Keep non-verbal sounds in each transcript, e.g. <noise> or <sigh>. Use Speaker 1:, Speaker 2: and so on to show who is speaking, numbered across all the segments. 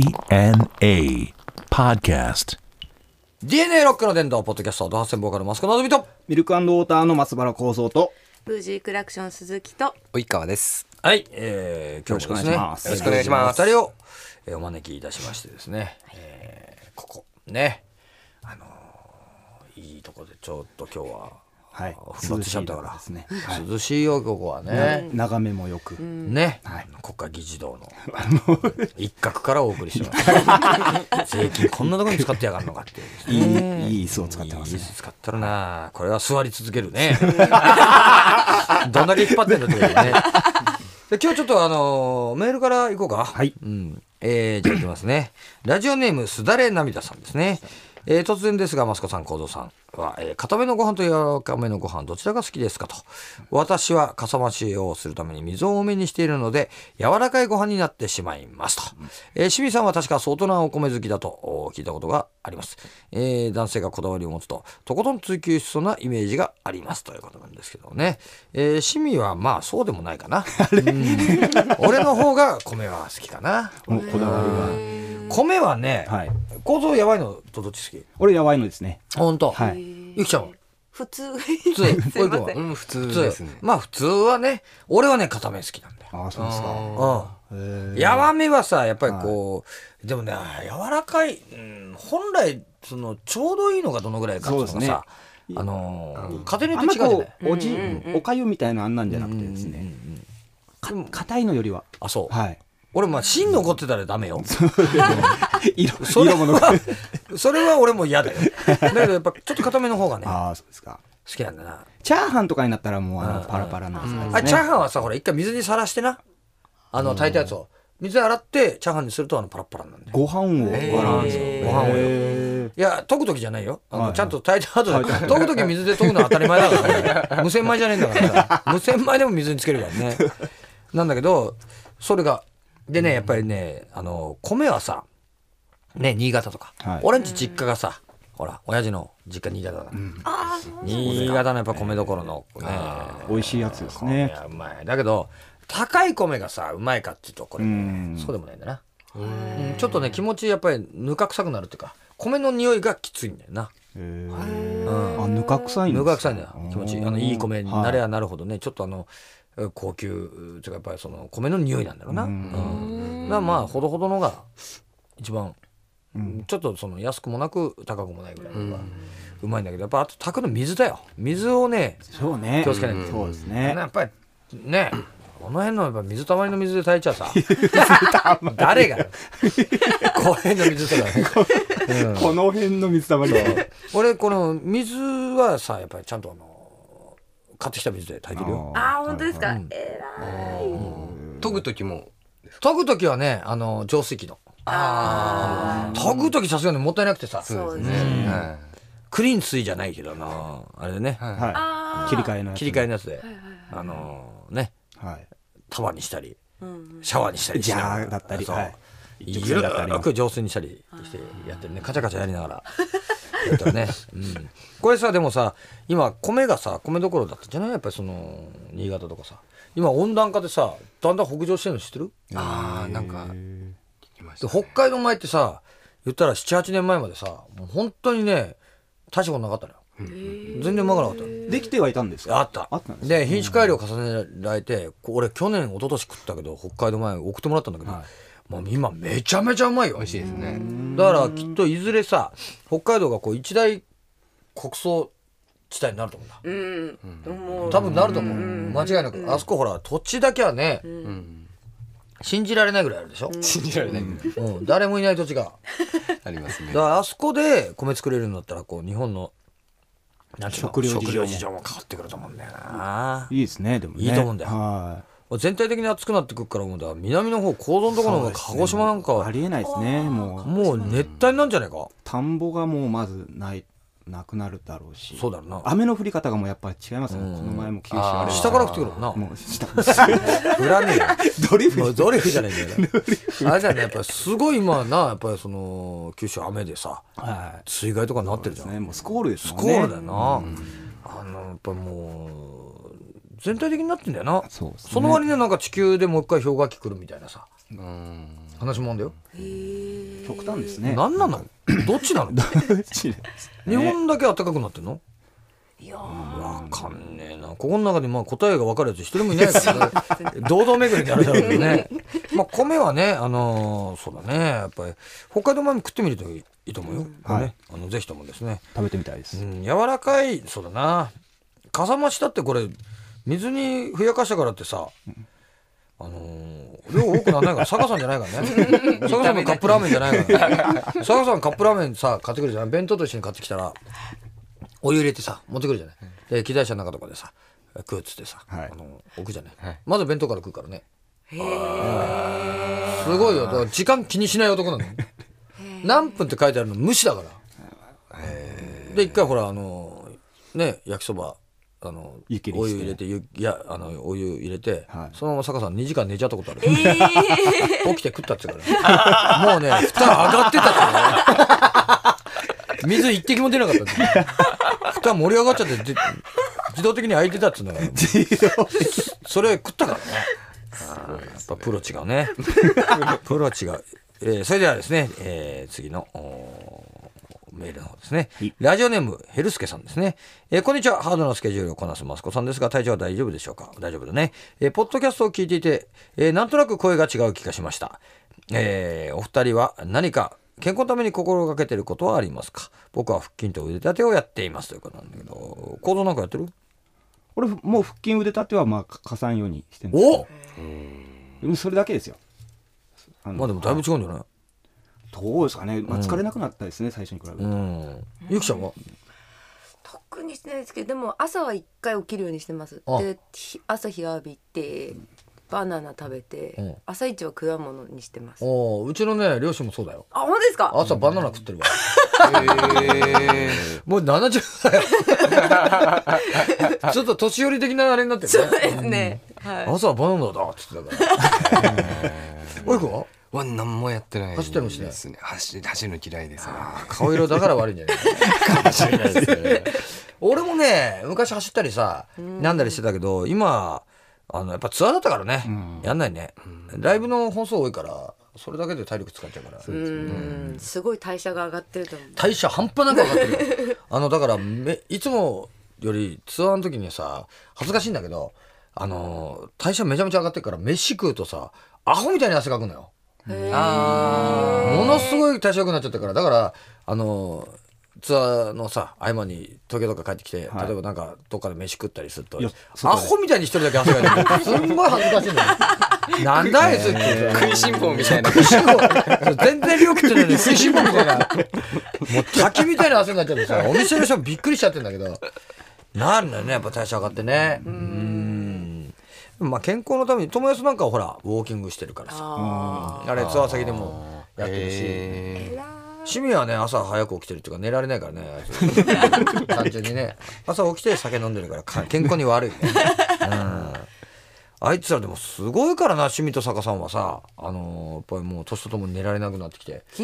Speaker 1: DNA Podcast.
Speaker 2: DNA ロックの伝道ポッドキャストドハセンボーカルマスコのぞみと
Speaker 3: ミルクウォーターの松原幸三と、
Speaker 4: ブージークラクション鈴木と
Speaker 5: 及川です。
Speaker 2: はい、えー、今日もですね
Speaker 3: よろしくお願いします
Speaker 2: よろしくお願いしますお二人を、えー、お招きいたしましてですね、えー、ここねあのー、いいとこでちょっと今日は
Speaker 3: はい
Speaker 2: 踏ん張ってしちゃったから
Speaker 3: 涼しいですね
Speaker 2: 涼しいよここはね、
Speaker 3: 眺めもよく、
Speaker 2: ね、
Speaker 3: はい
Speaker 2: 国会議事堂の一角からお送りして
Speaker 3: <laughs>
Speaker 2: ます税金こんなところに使ってやがるのかっていうですね
Speaker 3: いいいい椅子を使ってます
Speaker 2: いい
Speaker 3: ね
Speaker 2: 椅子使ってるなこれは座り続ける
Speaker 3: <laughs>
Speaker 2: ねどんだけ引っ張ってんだってことだよねで今日ちょっとあのーメールからいこうか
Speaker 3: はい
Speaker 2: うんえー、じゃあいきますねラジオネームすだれ涙さんですねえー突然ですが、マスコさん、コウゾウさんは、えー固めのご飯と柔らかめのご飯、どちらが好きですかと。私は、かさ増しをするために水を多めにしているので、柔らかいご飯になってしまいますと。えー清水さんは確か相当なお米好きだとお聞いたことがあります。えー男性がこだわりを持つと、とことん追求しそうなイメージがありますということなんですけどね。えー趣味は、まあ、そうでもないかな。俺の方が米は好きかな。
Speaker 3: おこだわりは、
Speaker 2: 米はね、
Speaker 3: はい
Speaker 2: 構造やばいのとどっち好き
Speaker 3: 俺やばいのですね
Speaker 2: ほんと。
Speaker 3: はい
Speaker 2: ゆきちゃんは
Speaker 4: 普通
Speaker 2: 普通。
Speaker 4: すい
Speaker 2: おいくん
Speaker 4: ま
Speaker 2: は
Speaker 4: せん
Speaker 5: うん、普通
Speaker 2: 普
Speaker 5: です
Speaker 2: 通
Speaker 5: ね。。
Speaker 2: まあ普通はね、俺はね、固め好きなんだよ。
Speaker 3: ああそうですか
Speaker 2: う
Speaker 3: へ
Speaker 2: ん。
Speaker 3: ー
Speaker 2: やわめはさ、やっぱりこう、でもね、柔らかい、うん本来、その、ちょうどいいのがどのぐらいかっていうの
Speaker 3: そ
Speaker 2: が
Speaker 3: うですね
Speaker 2: さ、あのー、家庭
Speaker 3: あ
Speaker 2: に
Speaker 3: ん
Speaker 2: よっ
Speaker 3: ま
Speaker 2: て違うじゃな
Speaker 3: こ
Speaker 2: いう
Speaker 3: おじ、
Speaker 4: うんうん
Speaker 3: おかゆみたいなあんなんじゃなくてです
Speaker 2: うんう
Speaker 3: ね
Speaker 2: んうん
Speaker 3: か硬いのよりは
Speaker 2: あ、そう。 <laughs>
Speaker 3: はい
Speaker 2: 俺、まあ、芯残ってたらダメ
Speaker 3: <laughs>
Speaker 2: よ。
Speaker 3: 色
Speaker 2: それ
Speaker 3: <laughs> 色もの
Speaker 2: は、 <laughs> それは俺も
Speaker 3: <laughs>
Speaker 2: 嫌だよ。だけどやっぱ、ちょっと固めの方がね、好
Speaker 3: ああそうですか
Speaker 2: きなんだな。
Speaker 3: チャーハンとかになったらもうあ
Speaker 2: う
Speaker 3: の
Speaker 2: ん
Speaker 3: パラパラなんですね、
Speaker 2: あチャーハンはさほら一回水にさらしてなあの炊いたやつを水で洗ってチャーハンにするとあのパラッパラになるんだよ
Speaker 3: ご飯を洗うんですよ、
Speaker 2: ご飯をよ
Speaker 3: へー
Speaker 2: いや溶く時じゃないよあの、
Speaker 3: はい
Speaker 2: ちゃんと炊いた後で溶く時水で溶くのは当たり前だから、
Speaker 3: <laughs>
Speaker 2: ね、無洗米じゃねえんだからさ無洗米でも水につけるからねなんだけどそれがでねやっぱりねあの米はさね新潟とか、
Speaker 3: はい
Speaker 2: 俺んち実家がさほら親父の実家新潟だから、新潟のやっぱ米どころのね、
Speaker 3: 美味しいやつです
Speaker 2: い
Speaker 3: ね
Speaker 2: やうまいだけど高い米がさうまいかっていうとこれ
Speaker 3: うん
Speaker 2: そうでもないんだなうんちょっとね気持ちやっぱりぬか臭くなるっていうか米の匂いがきついんだよな
Speaker 3: へーあぬか臭いんです
Speaker 2: ぬ
Speaker 3: ね
Speaker 2: か臭いんだよ気持ちいいあのいい米になれ
Speaker 3: は
Speaker 2: ばなるほどねちょっとあの高級というかやっぱりその米の匂いなんだろうなうんだからまあほどほどのが一番ちょっとその安くもなく高くもないぐらいのがうまいんだけどやっぱあと炊くの水だよ水をね
Speaker 3: いそうね
Speaker 2: 気をつけないと
Speaker 3: そうです
Speaker 2: ね
Speaker 3: ね
Speaker 2: やっぱりねこの辺のやっぱ水たまりの <laughs> 水で炊いちゃさ誰がよこれの水とかね、うん
Speaker 3: この辺の水たまり
Speaker 2: 俺この水はさやっぱりちゃんとあの買ってきた水で炊いてるよ
Speaker 4: あー本当ですか、えらい
Speaker 5: 研ぐ時も。
Speaker 2: 研ぐ時はねあの浄水器の
Speaker 4: あ
Speaker 2: 研ぐ時さすがにもったいなくてさ
Speaker 4: ーそうですね
Speaker 5: ねは
Speaker 2: クリーン水じゃないけどなあれね、
Speaker 5: い。はい。
Speaker 3: はい切り替えのやつ
Speaker 2: 切り替えのやつで、あのね
Speaker 3: はい
Speaker 2: 束にしたり、シャワーにしたりし
Speaker 3: ジ
Speaker 2: ながら
Speaker 3: ャーだったり
Speaker 2: そう、
Speaker 3: はい
Speaker 2: ゆるーく浄水にしたりしてやってるねカチャカチャやりながらやってるね、うん、これさでもさ今米がさ米どころだったじゃないやっぱりその新潟とかさ今温暖化でさだんだん北上してるの知ってる
Speaker 5: ああ、なんか。聞きまし
Speaker 2: で
Speaker 5: た。
Speaker 2: 北海道米ってさ言ったら78年前までさもう本当にね大したことなかったのよ、全然うまくなかったの
Speaker 3: できてはいたんですか
Speaker 2: あった。
Speaker 3: あったんですか
Speaker 2: で、品種改良重ねられて、こ俺去年、一昨年食ったけど、北海道前送ってもらったんだけど、
Speaker 3: はい
Speaker 2: もう今めちゃめちゃうまいよ。
Speaker 5: 美味しいですね。
Speaker 2: だからきっといずれさ、北海道がこう一大国葬地帯になると思うんだ。
Speaker 4: うん、もう
Speaker 2: 多分なると思う。間違いなく。あそこほら、土地だけはね、信じられないぐらいあるでしょ、
Speaker 5: 信じられない。
Speaker 2: うん、誰もいない土地
Speaker 3: <laughs>
Speaker 2: が。
Speaker 5: あります
Speaker 2: だ
Speaker 5: ね
Speaker 2: か。らあそこで米作れるんだったら、こう日本の、なんていうの
Speaker 3: 食料事情も
Speaker 2: 食料事情も変わってくると思うんだよな。
Speaker 3: いいですねでもね
Speaker 2: いいと思うんだよ
Speaker 3: は
Speaker 2: 全体的に暑くなってくるから思うんだ南の方高度の
Speaker 3: い
Speaker 2: ところの方が鹿児島なんか
Speaker 3: そうですねあ
Speaker 2: は
Speaker 3: りえないですねもう
Speaker 2: もう熱帯なんじゃないか
Speaker 3: 田んぼがもうまずないなくなるだろうし
Speaker 2: そうだろうな
Speaker 3: 雨の降り方がもうやっぱり違いますねこの前も九州あれ
Speaker 2: 下から降ってくるもんな
Speaker 3: もう下
Speaker 2: 振ら
Speaker 3: <laughs>
Speaker 2: ねえよ
Speaker 3: ドリフ
Speaker 2: もうドリフじゃないんだよねあれじゃねやっぱりすごい今なやっぱりその九州雨でさ
Speaker 3: はい
Speaker 2: 水害とかなってるじゃん
Speaker 3: ねもうスコールです
Speaker 2: ス
Speaker 3: もん
Speaker 2: コ
Speaker 3: ね
Speaker 2: ールだよな、あのやっぱもう全体的になってんだよな
Speaker 3: そうですね
Speaker 2: の割にはなんか地球でもう一回氷河期来るみたいなさ
Speaker 5: うん
Speaker 2: 話もあんだよ、
Speaker 3: 極端です <laughs> ね
Speaker 2: なんなのどっち
Speaker 3: <laughs>
Speaker 2: なの日本だけ暖かくなってんの
Speaker 4: いや
Speaker 2: わかんねえな。ここの中でまあ答えが分かるやつ一人もいない
Speaker 3: <laughs>
Speaker 2: から、ね、堂々巡りになるだろうけどね。まあ米はね、あのーそうだね、やっぱり北海道米も食ってみるといいと思うよ。これね、あのぜひともですね。
Speaker 3: 食べてみたいで
Speaker 2: う
Speaker 3: す、
Speaker 2: ん、柔らかい、そうだな。かさ増しだってこれ、水にふやかしたからってさ、あのー量多くならないから、坂さんじゃないからね。坂さんのカップラーメンじゃないからね。坂さんカップラーメンさ、買ってくるじゃない弁当と一緒に買ってきたら、お湯入れてさ、持ってくるじゃない。で、機材車の中とかでさ、食うっつってさ、
Speaker 3: はい
Speaker 2: あの置くじゃない,、
Speaker 5: はい
Speaker 2: まず弁当から食うからね。すごいよ。だから時間気にしない男なの。何分って書いてあるの無視だから。で一回ほらあのね焼きそばあの
Speaker 3: 湯切り
Speaker 2: お
Speaker 3: して
Speaker 2: 湯入れてゆいやあのお湯入れて、
Speaker 3: はい
Speaker 2: そのまま坂さん2時間寝ちゃったことある、
Speaker 4: えー、
Speaker 2: 起
Speaker 4: <laughs>
Speaker 2: きて食ったっつうからねもうね蓋上がってたからね水一滴も出なかったんだよ蓋盛り上がっちゃってで自動的に開いてたっつう
Speaker 3: <laughs>
Speaker 2: のがそれ食ったからねやっぱプロ違う <laughs> ねプロ違う、えーそれではですね、えー次のおーメールの方ですね、ラジオネームヘルスケさんですね、えーこんにちはハードなスケジュールをこなすマスコさんですが体調は大丈夫でしょうか大丈夫だね、えーポッドキャストを聞いていて、えーなんとなく声が違う気がしました、えーお二人は何か健康のために心がけてることはありますか僕は腹筋と腕立てをやっていますということなんだけど行動なんかやってる
Speaker 3: 俺もう腹筋腕立てはまあかさんようにしてるんです
Speaker 2: お
Speaker 3: けどそれだけですよあの
Speaker 2: まあでもだいぶ違うんじゃない
Speaker 3: どうですかね、まあ、疲れなくなったですね、最初に比べて、
Speaker 2: うんゆきちゃんは
Speaker 4: 特にしてないですけどでも朝は一回起きるようにしてます
Speaker 2: あ
Speaker 4: でひ朝日浴びてバナナ食べて、
Speaker 2: うん
Speaker 4: 朝一は果物にしてます
Speaker 2: おーうちのね両親もそうだよ
Speaker 4: あ本当ですか
Speaker 2: 朝バナナ食ってるわ
Speaker 5: え
Speaker 2: もう70だよ <laughs> ちょっと年寄り的なあれになって
Speaker 4: そう
Speaker 2: るね
Speaker 4: ですね、はい
Speaker 2: 朝はバナナだっつってたから
Speaker 5: <laughs>
Speaker 2: おいくんは
Speaker 5: ー、わ何もやってない
Speaker 2: 走ったりもしない
Speaker 5: ですね走走るの嫌いですね
Speaker 2: 顔色だから悪いんじゃないかもしれないですね俺もね昔走ったりさなんだりしてたけど今あのやっぱツアーだったからね、やんないね、ライブの本数多いからそれだけで体力使っちゃうから
Speaker 4: うんすごい代謝が上がってると思う
Speaker 2: 代謝半端なく上がってるよ <laughs> あのだからめいつもよりツアーの時にさ恥ずかしいんだけどあのー代謝めちゃめちゃ上がってるから飯食うとさアホみたいに汗かくのよ
Speaker 5: あ
Speaker 2: ものすごい代謝良くなっちゃったからだからあのーツアーのさ合間に東京とか帰ってきて、
Speaker 3: はい
Speaker 2: 例えばなんかどっかで飯食ったりすると
Speaker 3: いや
Speaker 2: アホみたいに一人だけ汗かいてるすんごい恥ずかしいのよなんだあいつって言って
Speaker 5: ー食いしん坊みたいな
Speaker 2: 全然量食ってないのに食いしん坊みたいな。もう滝みたいな汗になっちゃってさ、お店の人もびっくりしちゃってんだけど。なるんだよね、やっぱ代謝上がってね。うん。まあ健康のために、友達なんかはほら、ウォーキングしてるからさ。
Speaker 4: あ
Speaker 2: あれ、ツアー先でもやってるし。
Speaker 5: え
Speaker 2: 趣味はね、朝早く起きてるっていうか、寝られないからね。単純にね。朝起きて酒飲んでるからか、健康に悪い、ね。うん。あいつらでもすごいからな、趣味と坂さんはさ、あのーやっぱりもう年とともに寝られなくなってきて。
Speaker 4: ー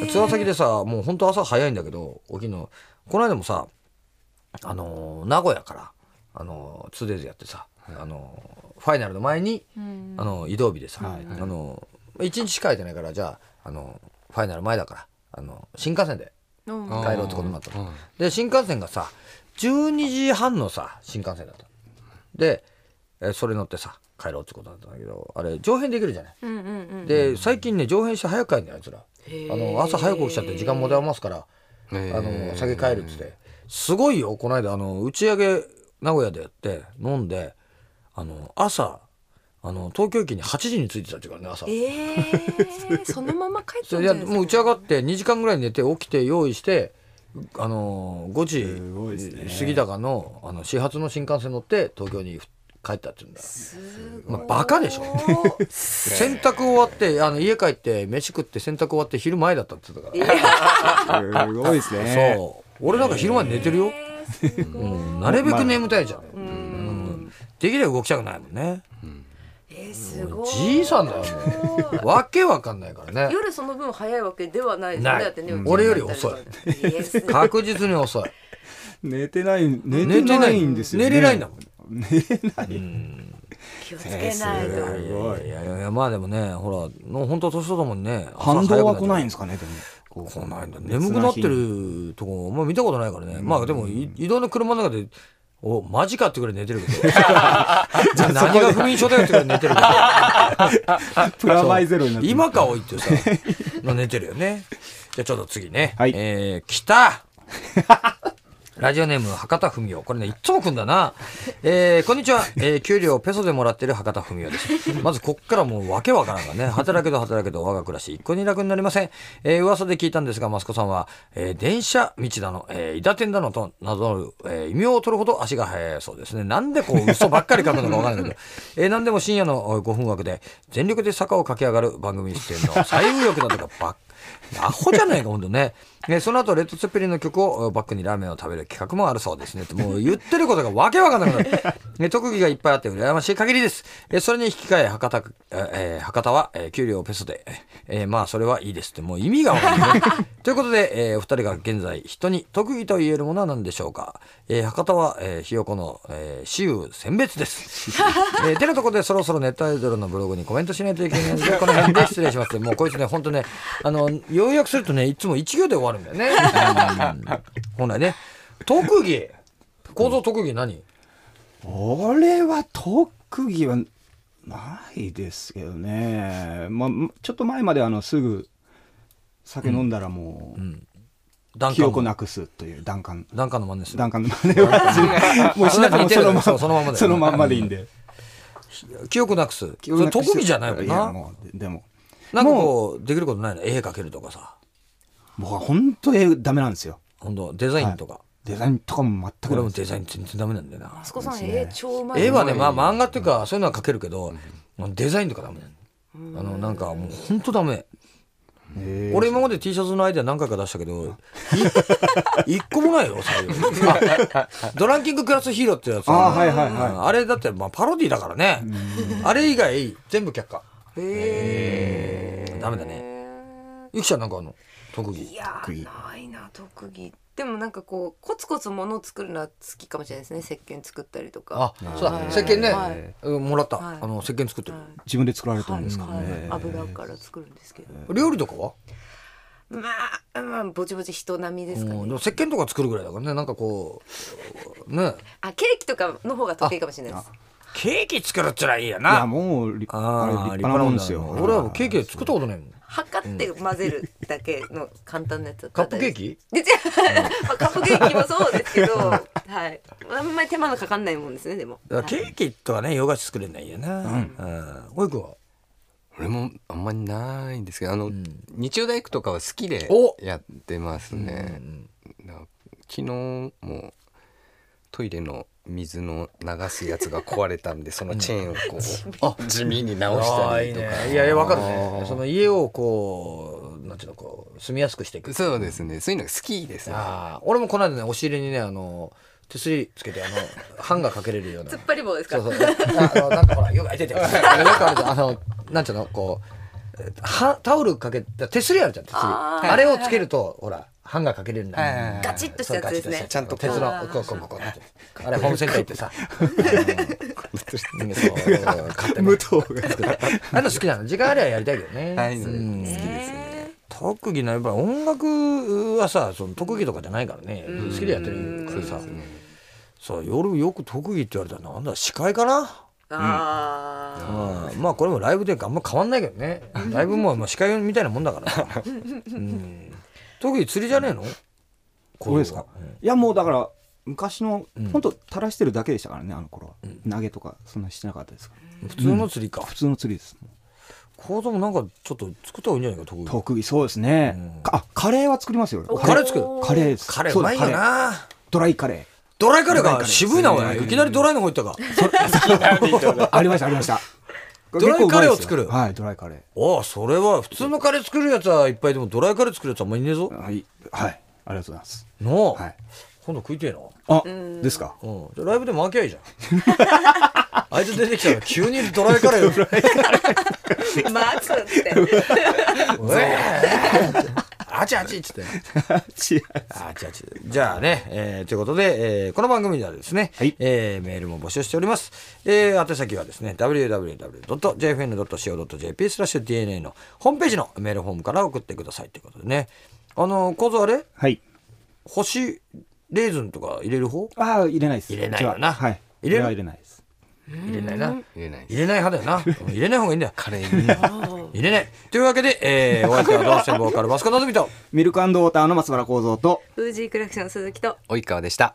Speaker 4: へえ
Speaker 2: ツアー先でさもうほんと朝早いんだけど起きるのこの間もさあのー名古屋からあのー 2days やってさ、あのーファイナルの前に、あのー移動日でさ、
Speaker 3: はい
Speaker 2: あのー一日しか空いてないからじゃあ、あのーファイナル前だから、あのー新幹線で
Speaker 4: うん
Speaker 5: ー
Speaker 2: 帰ろうってことになったの
Speaker 5: うん
Speaker 2: で新幹線がさ12時半のさ新幹線だったので、えーそれ乗ってさ帰ろうってことだったんだけどあれ上辺できるじゃない
Speaker 4: うんうんうん
Speaker 2: で最近ね上辺して早く帰るんだよあいつらあの朝早く起きちゃって時間持て余すからあ
Speaker 5: へー
Speaker 2: の酒帰るっつってすごいよこの間あの打ち上げ名古屋でやって飲んであの朝あの東京駅に8時に着いてたっていうからね朝
Speaker 4: え
Speaker 2: <laughs>
Speaker 4: ー、そのまま帰っち
Speaker 2: そ
Speaker 4: ゃう
Speaker 2: れ
Speaker 4: ん
Speaker 2: いや
Speaker 4: じゃないですか
Speaker 2: もう打ち上がって2時間ぐらい寝て起きて用意してあの5
Speaker 3: すごいです
Speaker 2: 時
Speaker 3: ね
Speaker 2: 過ぎ高のあの始発の新幹線乗って東京に帰ったっていうんだ
Speaker 4: す
Speaker 2: まあバカでしょ
Speaker 4: ごい
Speaker 2: <laughs> 洗濯終わってあの家帰って飯食って洗濯終わって昼前だったって言ってたから
Speaker 3: すごいですね
Speaker 2: そう俺なんか昼間に寝てるよ、
Speaker 4: すごい
Speaker 2: うんなるべく眠たいじゃん、うんできれば動きたくないもんね
Speaker 4: えー、すごい
Speaker 2: じいさんだよもうわけわかんないから
Speaker 4: <laughs>
Speaker 2: ね
Speaker 4: 夜その分早いわけではないですよ
Speaker 2: ない
Speaker 4: ねだってね
Speaker 2: うん俺より遅い
Speaker 4: えーすごい
Speaker 2: 確実に遅い
Speaker 3: 寝てない寝
Speaker 2: 寝
Speaker 3: て
Speaker 2: て
Speaker 3: な
Speaker 2: ない
Speaker 3: いんですよ、ね、
Speaker 2: 寝れないんだもん
Speaker 3: ね
Speaker 4: 気をつけない
Speaker 3: 先
Speaker 4: と
Speaker 3: 生ごい
Speaker 2: いやいやいやまあでもねほらの本当年とともにね
Speaker 3: 反動は来ないん
Speaker 2: ん
Speaker 3: ですかねでもこ
Speaker 2: 来ないんだ眠くなってるとこあんま見たことないからね、まあでもい移動の車の中で「おマジか」ってぐらい寝てるけ
Speaker 3: <laughs>
Speaker 2: ど何が不眠症だよってぐらい寝てるけど
Speaker 3: プラマイゼロになってる
Speaker 2: 今かおいってさまあ寝てるよ
Speaker 3: <laughs>
Speaker 2: ねじゃあちょっと次ね、
Speaker 3: はい
Speaker 2: えー、来たラジオネーム博多文雄これねいっつも来んだな、えー、こんにちは、えー、給料をペソでもらってる博多文雄ですまずこっからもうわけわからんがね働けど働けど我が暮らし一個に楽になりません、えー、噂で聞いたんですが益子さんは、えー、電車道だの、えー、伊達天だのとなどの、えー、異名を取るほど足が速いそうですねなんでこう嘘ばっかり書くのかわからないけど、 <laughs> えー、なんでも深夜の5分枠で全力で坂を駆け上がる番組出演の最右翼だとかばっアホじゃないか、ほんとね。ねその後、レッド・ツェッペリンの曲をバックにラーメンを食べる企画もあるそうですね。もう言ってることがわけわかんなくなる。ね、特技がいっぱいあって羨ましい限りです。えそれに引き換え、博多、えー博多は、えー給料をペソで、えーまあ、それはいいですって、もう意味がわかんない、ね。ということで、えーお二人が現在、人に特技と言えるものは何でしょうか。えー博多は、えーひよこの、えー、私有選別
Speaker 3: <laughs>
Speaker 2: です。えーてなとこでそろそろネットアイドルのブログにコメントしないといけないので、この辺で失礼します。もうこいつね、ほんとね、あの、要約するとね、いつも1行で終わるんだよね。本来ね、特技、構造特技何
Speaker 3: 俺は特技はないですけどね、まあ、ちょっと前まであのすぐ酒飲んだらもう、
Speaker 2: 弾
Speaker 3: 記
Speaker 2: 丸
Speaker 3: 憶なくすという弾丸
Speaker 2: 弾丸の真似する
Speaker 3: 弾丸の真似
Speaker 2: <laughs>
Speaker 3: をもうしなくてもそのま
Speaker 2: そうそのまんまだよね
Speaker 3: そのまんまでいいんで
Speaker 2: 記憶なくす
Speaker 3: 記憶なくす
Speaker 2: それ特技じゃないもん
Speaker 3: いや
Speaker 2: な
Speaker 3: もうででも
Speaker 2: なんかこうできることないの絵描けるとかさ
Speaker 3: 僕は本当にダメなんですよ
Speaker 2: ほんとデザインとか、
Speaker 3: デザインとかも全
Speaker 2: こ
Speaker 3: く
Speaker 2: れ
Speaker 3: ダメ
Speaker 2: も
Speaker 3: です
Speaker 2: デザイン全然ダメなんだよな
Speaker 4: あそこさん絵超うまい
Speaker 2: 絵はねまあ漫画っていうかそういうのは描けるけど、デザインとかダメなのあのなんかもうほんとダメ
Speaker 3: へえ
Speaker 2: 俺今まで T シャツのアイデア何回か出したけ
Speaker 3: <laughs>
Speaker 2: どい一個もないよ採用あドランキングクラスヒーローってやつ
Speaker 3: あーはいはいはい
Speaker 2: うんあれだってまあパロディだからねあれ以外全部却下
Speaker 4: へえ
Speaker 2: ダメだねゆきちゃんなんかあんの特
Speaker 4: い
Speaker 2: 技
Speaker 4: や
Speaker 3: 特技
Speaker 4: ないな特技でもなんかこうコツコツものを作るのは好きかもしれないですね石鹸作ったりと
Speaker 2: あ
Speaker 4: か
Speaker 2: そうだ
Speaker 4: はい
Speaker 2: 石鹸ね、
Speaker 4: はい
Speaker 2: うんもらった、
Speaker 4: はい
Speaker 2: あの石鹸作ってる、
Speaker 4: はい
Speaker 3: 自分で作られてるんですか
Speaker 4: はいはい
Speaker 3: ね
Speaker 4: 油から作るんですけど
Speaker 2: 料理とかは、
Speaker 4: まあまあぼちぼち人並みですか
Speaker 2: うんで
Speaker 4: ね
Speaker 2: も石鹸とか作るぐらいだからねなんかこうね
Speaker 4: あケーキとかの方が得意かもしれないです
Speaker 2: ケーキ作るっつらいいや
Speaker 3: いや
Speaker 2: な
Speaker 3: もう立あれ
Speaker 2: ああ
Speaker 3: 立派なもんですよ
Speaker 2: 俺はもうケーキ作ったことないもん
Speaker 4: 測って混ぜるだけの簡単なやつだった
Speaker 2: カ
Speaker 4: ら
Speaker 2: ップケーキ <laughs>
Speaker 4: でじゃあまあカップケーキもそうですけど、はい、あんまり手間のかかんないもんですねでも、
Speaker 2: だから
Speaker 4: はい
Speaker 2: ケーキとかね洋菓子作れないよなうんおいくんは
Speaker 5: 俺もあんまりないんですけどあの、日曜大工とかは好きで
Speaker 2: お
Speaker 5: やってますね、だから昨日もトイレの水の流すやつが壊れ
Speaker 2: <laughs>
Speaker 5: たんでそのチェーンをこう、地味に直したりとか
Speaker 2: いやいやわかるねその家をこうなんていうのこう住みやすくしていく
Speaker 5: そうですねそういうのが好きですね
Speaker 2: ああ俺もこの間ね押し入れにねあの手すりつけてあのハンガーかけれるような
Speaker 4: 突っ張り棒ですか
Speaker 2: そうそう。あの、なんかほら、よく、あ出てる。よくあるじゃんあの、なんちゅうの、こう、えーは、タオルかけ、手すりあるじゃん、手すり。
Speaker 4: あー
Speaker 2: あれをつけると、ほら、ハンガーかけれるん
Speaker 5: はいはい
Speaker 2: だ
Speaker 5: はい
Speaker 4: ガチッとしたやつです
Speaker 2: そうガチッ
Speaker 4: ね
Speaker 2: としたちゃんと鉄
Speaker 4: あ
Speaker 2: の、
Speaker 4: ー
Speaker 2: こう、こう、こう、こう。あれ、ホームセンター行ってさ。うんそう買ってね
Speaker 3: 武藤が
Speaker 2: あの好きなの時間あればやりたいけどね。
Speaker 5: はい
Speaker 2: うん
Speaker 5: 好きですね
Speaker 2: 特技なやっぱ音楽はさその特技とかじゃないからね好きでやってるからさそう夜よく特技って言われたらなんだ司会かな
Speaker 4: あ
Speaker 2: うんまあこれもライブであんま変わんないけどねライブもまあ司会みたいなもんだから、うん、特技釣りじゃねえの
Speaker 3: これです
Speaker 2: う
Speaker 3: か、
Speaker 2: ん
Speaker 3: いやもうだから昔の本当垂らしてるだけでしたからねあの頃は、投げとかそんなしてなかったですから
Speaker 2: 普通の釣りか、
Speaker 3: 普通の釣りです
Speaker 2: 行動もなんかちょっと作った方がいいんじゃないか特技
Speaker 3: 特技そうですね、かあカレーは作りますよ
Speaker 2: おカレー作る
Speaker 3: カレーです
Speaker 2: カレー
Speaker 3: そうで
Speaker 2: ますいよ
Speaker 3: カレー
Speaker 2: な
Speaker 3: ドライカレ
Speaker 2: ドライカレー
Speaker 3: ドライ
Speaker 2: が
Speaker 3: カレー
Speaker 2: 渋いなお
Speaker 3: う
Speaker 2: い
Speaker 3: ん
Speaker 2: いきなりドライの方行ったか
Speaker 3: ー <laughs> ありましたありました
Speaker 2: <laughs> ドライカレーを作る
Speaker 3: 結構うまいですよはいドライカレ
Speaker 2: ああそれは普通のカレー作るやつはいっぱいでもドライカレー作るやつはあんまりいねえぞ
Speaker 3: ーはい、はい、ありがとうございます
Speaker 2: なあ、
Speaker 3: はい
Speaker 2: 今度食いてえな
Speaker 3: あですか
Speaker 2: うん、じゃあライブで負け合いじゃん
Speaker 3: <laughs>
Speaker 2: あいつ出てきたら急にドライカレー
Speaker 4: ーまあつって
Speaker 2: うわーあちあちっつって。
Speaker 3: 違う
Speaker 2: <laughs> あ違う違うじゃあね、えーということで、えーこの番組ではですね、
Speaker 3: はい
Speaker 2: えーメールも募集しております。えー宛先はですね、www.jfn.co.jp スラッシュ DNA のホームページのメールフォームから送ってくださいということでね。あの、小僧あれ
Speaker 3: はい
Speaker 2: 干しレーズンとか入れる方
Speaker 3: ああ入れないです
Speaker 2: 入れないよな
Speaker 3: 違うはい
Speaker 2: 入れる
Speaker 3: そは入れないです
Speaker 2: 入れないな。
Speaker 5: 入れない
Speaker 2: 入れない派だよ
Speaker 5: <laughs>
Speaker 2: な。入れない方がいいんだよ。
Speaker 5: カレーに
Speaker 2: 入れない。というわけで、えー、お相手はどうしてボーカル、バスコ・ナズミと。
Speaker 3: ミルクウォーターの松原幸三と
Speaker 4: フージークラクション鈴木と
Speaker 5: 及川でした